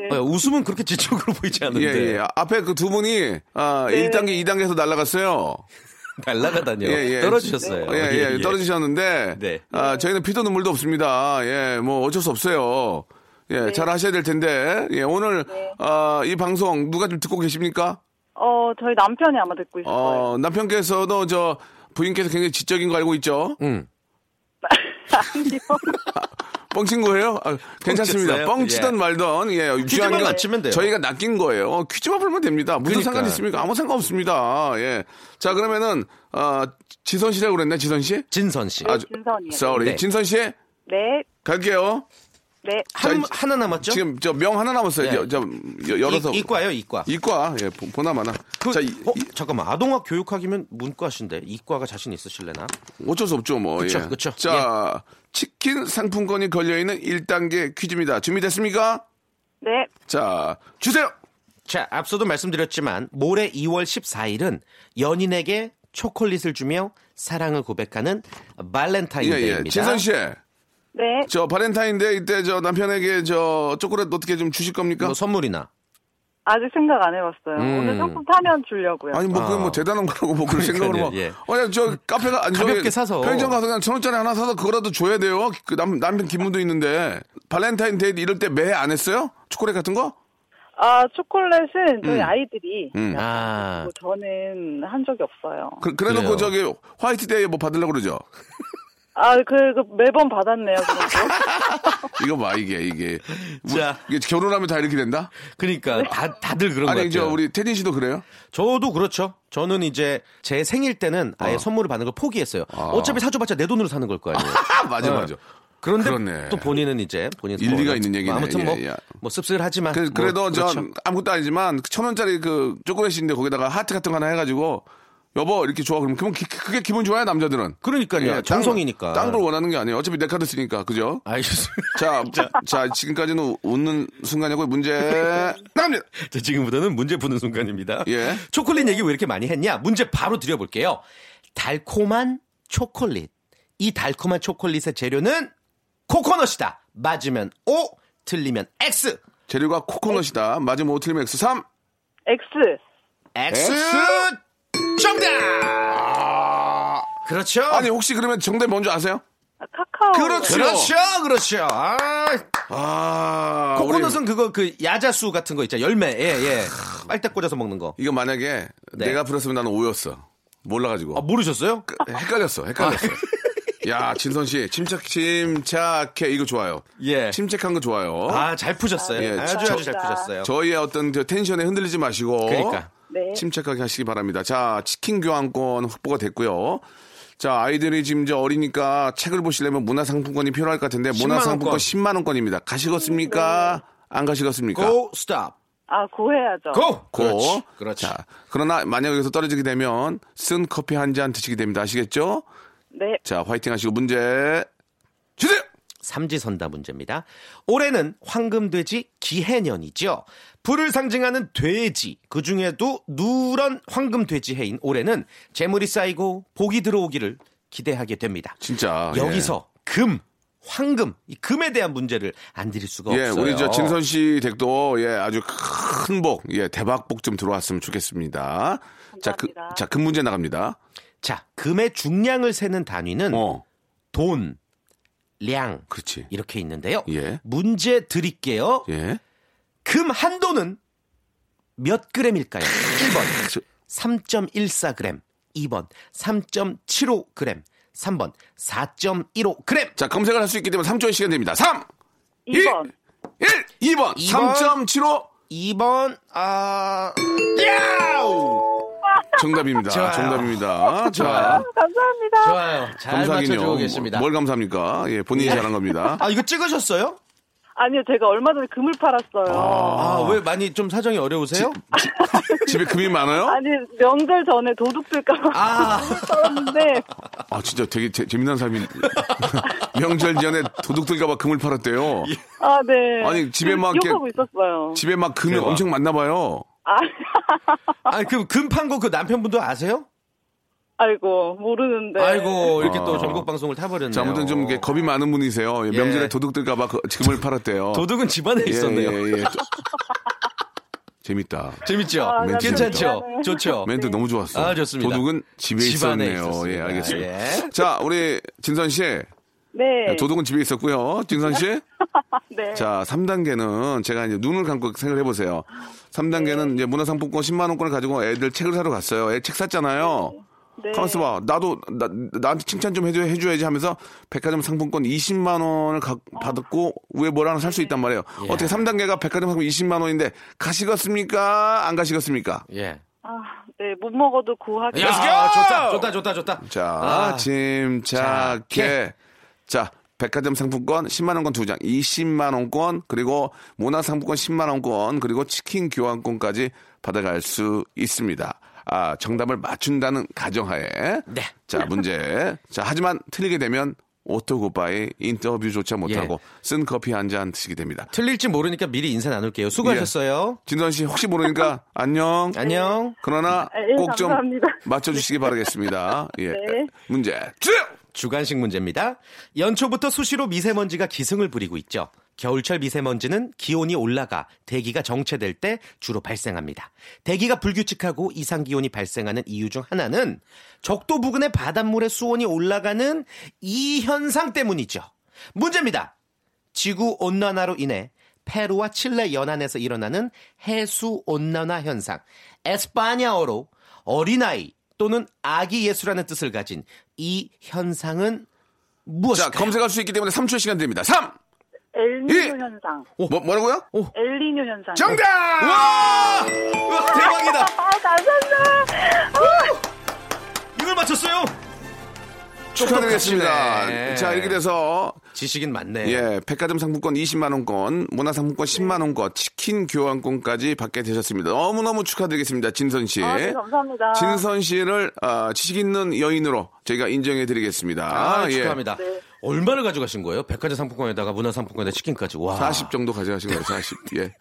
F: 네.
E: 어, 웃음은 그렇게 지적으로 보이지
C: 예,
E: 않은데
C: 예. 아, 앞에 그 두 분이 아,
F: 네.
C: 1단계, 2단계에서 날아갔어요.
E: 날라가다니요.
C: 예, 예.
E: 떨어지셨어요.
C: 예, 예, 떨어지셨는데
E: 네.
C: 아, 저희는 피도 눈물도 없습니다. 예, 뭐 어쩔 수 없어요. 예,
F: 네.
C: 잘 하셔야 될 텐데. 예, 오늘 아, 이 방송 누가 좀 듣고 계십니까?
F: 어, 저희 남편이 아마 듣고 있을 거예요.
C: 어, 남편께서도 저 부인께서 굉장히 지적인 거 알고 있죠?
F: 아니요.
C: 뻥친 거예요? 아, 괜찮습니다.
E: 쳤어요?
C: 뻥치든
E: 예.
C: 말든 예, 중요한
E: 퀴즈만
C: 건
E: 맞추면 돼요.
C: 저희가 낚인 거예요. 어, 퀴즈만 풀면 됩니다. 무슨
E: 그러니까.
C: 상관 있습니까? 아무 상관 없습니다. 예. 자 그러면은 어, 지선 씨라고 그랬나? 지선 씨?
E: 진선 씨.
C: 아, 저-
F: 진선이요.
C: sorry.
E: 네.
C: 진선 씨
F: 네,
C: 갈게요.
F: 네.
E: 한,
C: 자, 이-
E: 하나 남았죠?
C: 지금 저 명 하나 남았어요.
E: 예.
C: 여, 저, 여, 열어서.
E: 이, 과예요 이과.
C: 이과. 예, 보- 보나마나.
E: 그-
C: 자, 이,
E: 어,
C: 이-
E: 잠깐만 아동학 교육학이면 문과신데 이과가 자신 있으실래나?
C: 어쩔 수 없죠, 뭐.
E: 그쵸,
C: 예.
E: 그쵸. 예.
C: 자, 치킨 상품권이 걸려있는 1단계 퀴즈입니다. 준비됐습니까?
F: 네.
C: 자, 주세요!
E: 자, 앞서도 말씀드렸지만 모레 2월 14일은 연인에게 초콜릿을 주며 사랑을 고백하는
C: 예,
E: 발렌타인데이입니다.
C: 예. 재선 씨,
F: 네.
C: 저 바렌타인데 이때 저 남편에게 저 초콜릿 어떻게 좀 주실 겁니까?
E: 뭐 선물이나
F: 아직 생각 안 해봤어요.
E: 음.
F: 오늘 상품 타면 주려고요.
C: 아니 뭐 그게
E: 아.
C: 뭐 대단한 거라고 뭐 그런 생각으로 막
E: 그러니까요, 예.
C: 아니 저 카페가 아니 저기
E: 가볍게 사서.
C: 편의점 가서 그냥 천 원짜리 하나 사서 그거라도 줘야 돼요 그 남 남편 기분도 있는데 발렌타인 데이 이럴 때 매 안 했어요 초콜릿 같은 거?
F: 아, 초콜릿은 저희 아이들이
C: 음.
F: 그냥
E: 아
F: 뭐 저는 한 적이 없어요.
C: 그, 그래놓고
E: 그래요.
C: 저기 화이트데이 뭐 받으려고 그러죠
F: 아, 그, 그 매번 받았네요. 그런 거.
C: 이거 봐 이게 이게 우-
E: 자.
C: 이게 결혼하면 다 이렇게 된다?
E: 그러니까 다 다들 그런 거
C: 아니 저
E: 같아요.
C: 우리 태진 씨도 그래요?
E: 저도 그렇죠. 저는 이제 제 생일 때는
C: 어.
E: 아예 선물을 받는 걸 포기했어요. 어차피 사줘봤자 내 돈으로 사는 걸 거 아니에요.
C: 아 맞아
E: 어.
C: 맞아
E: 그런데
C: 그렇네.
E: 또 본인은 이제 본인
C: 일리가
E: 선물을-
C: 있는 얘기네.
E: 아무튼 뭐,
C: 예, 예.
E: 뭐 씁쓸하지만
C: 그, 래도
E: 뭐
C: 전
E: 그렇죠.
C: 아무것도 아니지만 천 원짜리 그 초콜릿인데 거기다가 하트 같은 거 하나 해가지고 여보 이렇게 좋아 그러면 그럼 기- 그게 기분 좋아요 남자들은
E: 그러니까요.
C: 예,
E: 정성이니까.
C: 딴 걸 원하는 게 아니에요. 어차피 내 카드 쓰니까 그죠?
E: 알겠습니다.
C: 자, 자 지금까지는 웃는 순간이고 문제 나갑니다.
E: 자, 지금부터는 문제 푸는 순간입니다.
C: 예.
E: 초콜릿 얘기 왜 이렇게 많이 했냐? 문제 바로 드려볼게요. 달콤한 초콜릿. 이 달콤한 초콜릿의 재료는 코코넛이다. 맞으면 O, 틀리면 X.
C: 재료가 코코넛이다. 맞으면 오틀림 X 3.
F: X.
E: X. 정답. 그렇죠.
C: 아니 혹시 그러면 정답 뭔지 아세요?
F: 아, 카카오.
C: 그렇죠.
E: 그렇죠, 그렇죠. 아,
C: 아,
E: 코코넛은
C: 우리
E: 그거 그 야자수 같은 거 있잖아. 열매, 예, 예. 빨대 꽂아서 먹는 거.
C: 이거 만약에
E: 네.
C: 내가 풀었으면 나는 오였어. 몰라가지고.
E: 아, 모르셨어요?
C: 그, 네, 헷갈렸어,
E: 아,
C: 헷갈렸어. 야, 진선 씨, 침착, 침착해. 이거 좋아요.
E: 예.
C: 침착한 거 좋아요.
E: 아, 잘 푸셨어요.
C: 예,
E: 아주
F: 저-
E: 아주 잘 푸셨어요.
C: 저희의 어떤 저 텐션에 흔들리지 마시고.
E: 그러니까.
F: 네.
C: 침착하게 하시기 바랍니다. 자, 치킨 교환권 확보가 됐고요. 자, 아이들이 지금 저 어리니까 책을 보시려면 문화상품권이 필요할 것 같은데,
E: 10만
C: 문화상품권
E: 원권.
C: 10만원권입니다. 가시겠습니까? 안 가시겠습니까?
E: Go, stop.
F: 아, 고해야죠.
E: 고!
C: 고.
E: 그렇지. 그렇지.
C: 자, 그러나 만약 여기서 떨어지게 되면 쓴 커피 한 잔 드시게 됩니다. 아시겠죠?
F: 네.
C: 자, 화이팅 하시고 문제 주세요.
E: 삼지선다 문제입니다. 올해는 황금돼지 기해년이죠. 불을 상징하는 돼지, 그 중에도 누런 황금돼지 해인 올해는 재물이 쌓이고 복이 들어오기를 기대하게 됩니다.
C: 진짜 예.
E: 여기서 금, 황금, 이 금에 대한 문제를 안 드릴 수가
C: 예,
E: 없어요.
C: 우리 저 진선 씨 댁도 예 아주 큰 복, 예 대박복 좀 들어왔으면 좋겠습니다. 자, 그,
F: 감사합니다.
C: 자, 금 문제 나갑니다.
E: 자, 금의 중량을 세는 단위는
C: 어,
E: 돈, 량
C: 그렇지.
E: 이렇게 있는데요.
C: 예.
E: 문제 드릴게요.
C: 예,
E: 금 한 돈은 몇 그램일까요? 1번 3.14g, 2번 3.75g, 3번 4.15g.
C: 자 검색을 할 수 있기 때문에 3초의 시간 됩니다. 3,
F: 2번.
C: 1, 2번,
E: 이번.
C: 3.75
E: 2번 아
C: 정답입니다.
E: 좋아요.
C: 정답입니다. 자,
F: 감사합니다.
E: 좋아요. 잘 맞춰주고
C: 감사하긴요.
E: 계십니다.
C: 뭘 감사합니까? 예, 본인이 잘한 겁니다.
E: 아 이거 찍으셨어요?
F: 아니요, 제가 얼마 전에 금을 팔았어요.
E: 아 왜 많이 좀 사정이 어려우세요?
C: 집에 금이 많아요?
F: 아. 니 명절 전에 도둑들까봐
E: 아.
F: 금을 팔았는데,
C: 아, 진짜 되게 재, 재미난 삶이 명절 전에 도둑들까봐 금을 팔았대요.
E: 예.
F: 아, 네.
C: 아니, 집에 막 이렇게-
F: 욕하고 있었어요.
C: 집에 막 금이
E: 대박.
C: 엄청 많나 봐요.
F: 아,
E: 아 그 금판고 그 남편분도 아세요?
F: 아이고, 모르는데.
E: 아이고 이렇게
C: 아.
E: 또 전국 방송을 타버렸네요.
C: 자, 아무튼 좀 이렇게 겁이 많은 분이세요. 예,
E: 예.
C: 명절에 도둑들까봐 그, 금을 팔았대요.
E: 도둑은 집안에
C: 예,
E: 있었네요.
C: 예, 예. 저- 재밌다.
E: 재밌죠?
F: 아,
C: 멘트
E: 괜찮죠?
F: 재밌다.
E: 좋죠?
C: 멘트 너무 좋았어.
E: 아, 좋습니다.
C: 도둑은 집에
E: 집안에
C: 있었네요.
E: 있었습니다.
C: 예, 알겠습니다.
E: 예.
C: 자, 우리 진선 씨.
F: 네.
C: 도둑은 집에 있었고요. 진선 씨.
F: 네.
C: 자, 3단계는 제가 이제 눈을 감고 생각을 해보세요.
F: 네.
C: 3단계는 이제 문화상품권 10만원권을 가지고 애들 책을 사러 갔어요. 애 책 샀잖아요.
F: 네.
C: 가만있어 봐. 나도, 나, 나한테 칭찬 좀 해줘, 해줘야지 하면서 백화점 상품권 20만원을 받았고, 위에 뭐라 하나 살 수 있단 말이에요. 어떻게 3단계가 백화점 상품 20만원인데, 가시겠습니까? 안 가시겠습니까?
E: 예. 아,
F: 아, 네, 못 먹어도 구하기.
E: 야, 좋다, 좋다, 좋다, 좋다.
C: 자,
E: 아,
C: 침착해.
E: 착해.
C: 자, 백화점 상품권 10만원권 2장, 20만원권, 그리고 문화상품권 10만원권, 그리고 치킨 교환권까지 받아갈 수 있습니다. 아, 정답을 맞춘다는 가정하에.
E: 네.
C: 자, 문제. 자, 하지만 틀리게 되면 오토고바의 인터뷰조차 못하고 쓴 커피 한 잔 드시게 됩니다.
E: 틀릴지 모르니까 미리 인사 나눌게요. 수고하셨어요.
C: 진선 씨 혹시 모르니까 안녕.
E: 안녕.
C: 그러나
F: 예,
C: 꼭 좀
F: 감사합니다. 네.
C: 맞춰주시기 바라겠습니다. 예. 문제 주세요.
E: 주간식 문제입니다. 연초부터 수시로 미세먼지가 기승을 부리고 있죠. 겨울철 미세먼지는 기온이 올라가 대기가 정체될 때 주로 발생합니다. 대기가 불규칙하고 이상 기온이 발생하는 이유 중 하나는 적도 부근의 바닷물의 수온이 올라가는 이 현상 때문이죠. 문제입니다. 지구 온난화로 인해 페루와 칠레 연안에서 일어나는 해수 온난화 현상, 에스파냐어로 어린아이 또는 아기 예수라는 뜻을 가진 이 현상은
C: 자,
E: 무엇일까요?
C: 검색할 수 있기 때문에 3초의 시간 드립니다. 3!
F: 엘니뇨
C: 예.
F: 현상.
C: 뭐, 뭐라고요?
F: 엘니뇨 현상.
C: 정답!
E: 와! 우와, 대박이다.
F: 아, 감사합니다.
E: 이걸 맞췄어요.
C: 축하드리겠습니다.
E: 똑똑하시네.
C: 자, 이렇게 돼서,
E: 지식인 맞네.
C: 예, 백화점 상품권 20만원권, 문화상품권 10만원권, 치킨 교환권까지 받게 되셨습니다. 너무너무 축하드리겠습니다, 진선 씨.
F: 아, 네, 감사합니다.
C: 예. 진선 씨를 아, 지식 있는 여인으로 저희가 인정해 드리겠습니다. 예.
E: 아, 축하합니다. 얼마를 가져가신 거예요? 백화점 상품권에다가 문화상품권에 치킨까지. 와.
C: 40 정도 가져가신 거예요, 40. 예.
E: 네.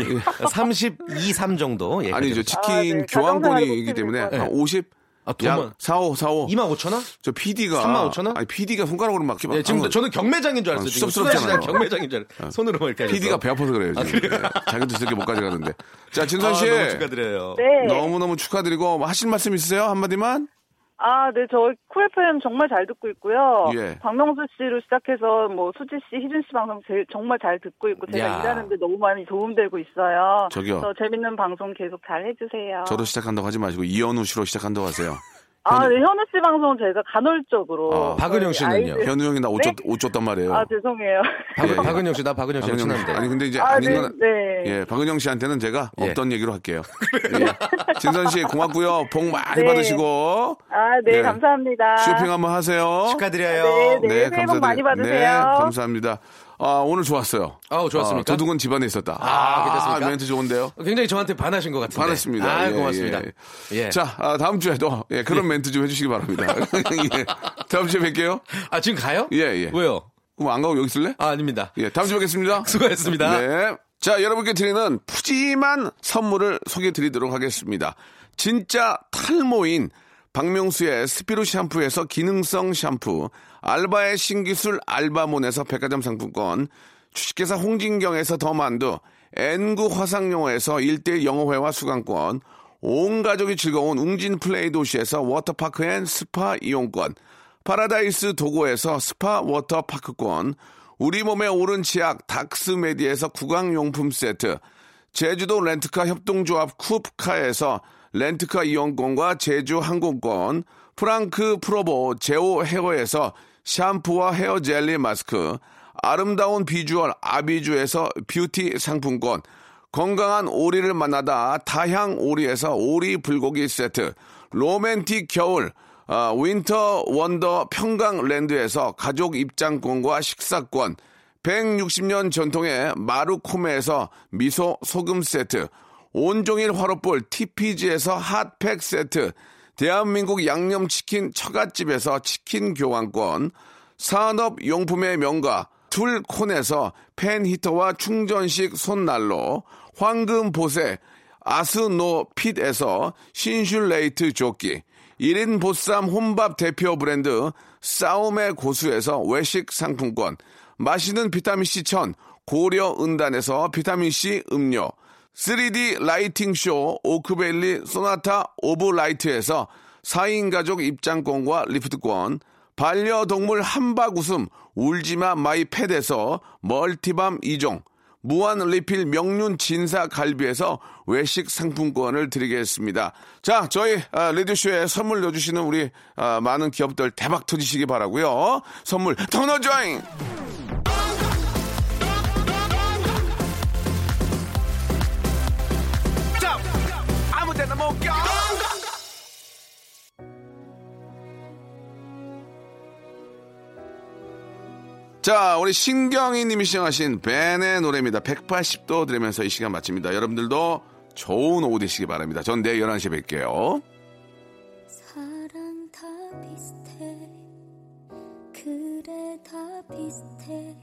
E: 예. 32, 3 정도. 예,
C: 아니죠.
E: 가져가신-
C: 치킨
F: 아, 네.
C: 교환권이기
F: 가정사로
C: 때문에
E: 네.
C: 한 50,
E: 아, 돈만.
C: 약 45, 45.
E: 2만 5천 원?
C: 저 PD가
E: 35,000원?
C: 아니 PD가 손가락으로 막 이렇게 막
E: 예, 지금
C: 하는 거-
E: 저는 경매장인 줄 알았어요.
C: 아,
E: 지금
C: 쑥스럽잖아요.
E: 수다시장 경매장인 줄 알았어요. 손으로 막 이렇게.
C: PD가
E: 해서.
C: 배 아파서 그래요. 지금. 예, 자기도 저렇게 못 가져가는데. 자
E: 아,
C: 진선 씨
E: 너무 축하드려요.
F: 네.
C: 너무 너무 축하드리고 뭐 하실 말씀 있으세요 한마디만?
F: 아, 네, 저 쿨FM 정말 잘 듣고 있고요.
C: 예.
F: 박명수 씨로 시작해서 뭐 수지 씨, 희준 씨 방송 제일 정말 잘 듣고 있고 제가
E: 야.
F: 일하는데 너무 많이 도움되고 있어요.
C: 저기요.
F: 그래서 재밌는 방송 계속 잘 해주세요.
C: 저로 시작한다고 하지 마시고 이현우 씨로 시작한다고 하세요.
F: 아, 네, 현우 씨 방송 제가 간헐적으로
C: 어,
E: 박은영
F: 저희
E: 씨는요?
F: 아이들-
C: 현우 형이 나 옷줬 옷줬단 말이에요.
F: 네. 아, 죄송해요.
E: 박,
C: 예, 예.
E: 박은영 씨, 나 박은영 씨랑
C: 박은영 씨.
E: 친한데.
C: 아니 근데 이제
F: 아,
C: 아, 닌
F: 네,
C: 건
F: 네.
C: 예, 박은영 씨한테는 제가
E: 예.
C: 없던 얘기로 할게요. 예. 진선 씨 고맙고요. 복 많이
F: 네.
C: 받으시고
F: 아, 네,
C: 예.
F: 감사합니다.
C: 쇼핑 한번
E: 어?
C: 하세요.
E: 축하드려요.
F: 네, 새해 복 많이
C: 감사드리-
F: 받으세요.
C: 네, 감사합니다. 아, 오늘 좋았어요.
E: 아우, 좋았습니까?
C: 아, 도둑은 집안에 있었다.
E: 아, 괜찮습니까?
C: 멘트 좋은데요?
E: 어, 굉장히 저한테 반하신 것 같은데.
C: 반했습니다.
E: 아,
C: 예,
E: 고맙습니다.
C: 예,
E: 예.
C: 자, 아, 다음 주에도 예, 그런 멘트 좀 해주시기 바랍니다. 예. 다음 주에 뵐게요.
E: 아, 지금 가요?
C: 예, 예.
E: 왜요?
C: 그럼 안 가고 여기 있을래?
E: 아, 아닙니다.
C: 예, 다음 주에 뵙겠습니다.
E: 수고하셨습니다.
C: 네. 자, 여러분께 드리는 푸짐한 선물을 소개해 드리도록 하겠습니다. 진짜 탈모인 박명수의 스피루 샴푸에서 기능성 샴푸, 알바의 신기술 알바몬에서 백화점 상품권, 주식회사 홍진경에서 더 만두, N구 화상영어에서 1대1 영어회화 수강권, 온 가족이 즐거운 웅진 플레이 도시에서 워터파크 앤 스파 이용권, 파라다이스 도고에서 스파 워터파크권, 우리 몸의 오른 치약 닥스메디에서 구강용품 세트, 제주도 렌트카 협동조합 쿱카에서 렌트카 이용권과 제주 항공권, 프랑크 프로보 제오 헤어에서 샴푸와 헤어 젤리 마스크, 아름다운 비주얼 아비주에서 뷰티 상품권, 건강한 오리를 만나다 다향 오리에서 오리 불고기 세트 로맨틱 겨울 아, 윈터 원더 평강랜드에서 가족 입장권과 식사권 160년 전통의 마루코메에서 미소 소금 세트 온종일 화로볼 TPG에서 핫팩 세트, 대한민국 양념치킨 처갓집에서 치킨 교환권, 산업용품의 명가 툴콘에서 팬히터와 충전식 손난로, 황금보세 아스노핏에서 신슐레이트 조끼, 1인 보쌈 혼밥 대표 브랜드 싸움의 고수에서 외식 상품권, 마시는 비타민C 천 고려 은단에서 비타민C 음료, 3D 라이팅 쇼 오크밸리 소나타 오브 라이트에서 4인 가족 입장권과 리프트권, 반려동물 한박 웃음 울지마 마이 팻에서 멀티밤 2종, 무한 리필 명륜 진사 갈비에서 외식 상품권을 드리겠습니다. 자, 저희 아, 레디쇼에 선물 넣어주시는 우리 아, 많은 기업들 대박 터지시기 바라고요. 선물 더 넣어줘잉! 자, 우리 신경희 님이 시청하신 벤의 노래입니다. 180도 들으면서 이 시간 마칩니다. 여러분들도 좋은 오후 되시기 바랍니다. 전 내일 11시에 뵐게요.
H: 사랑 다 비슷해 그래 다 비슷해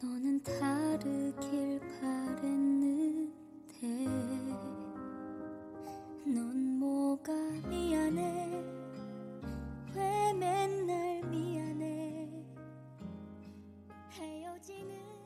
H: 너는 다르길 바랬는데 넌 뭐가 미안해 왜 맨날 미안해 헤어지는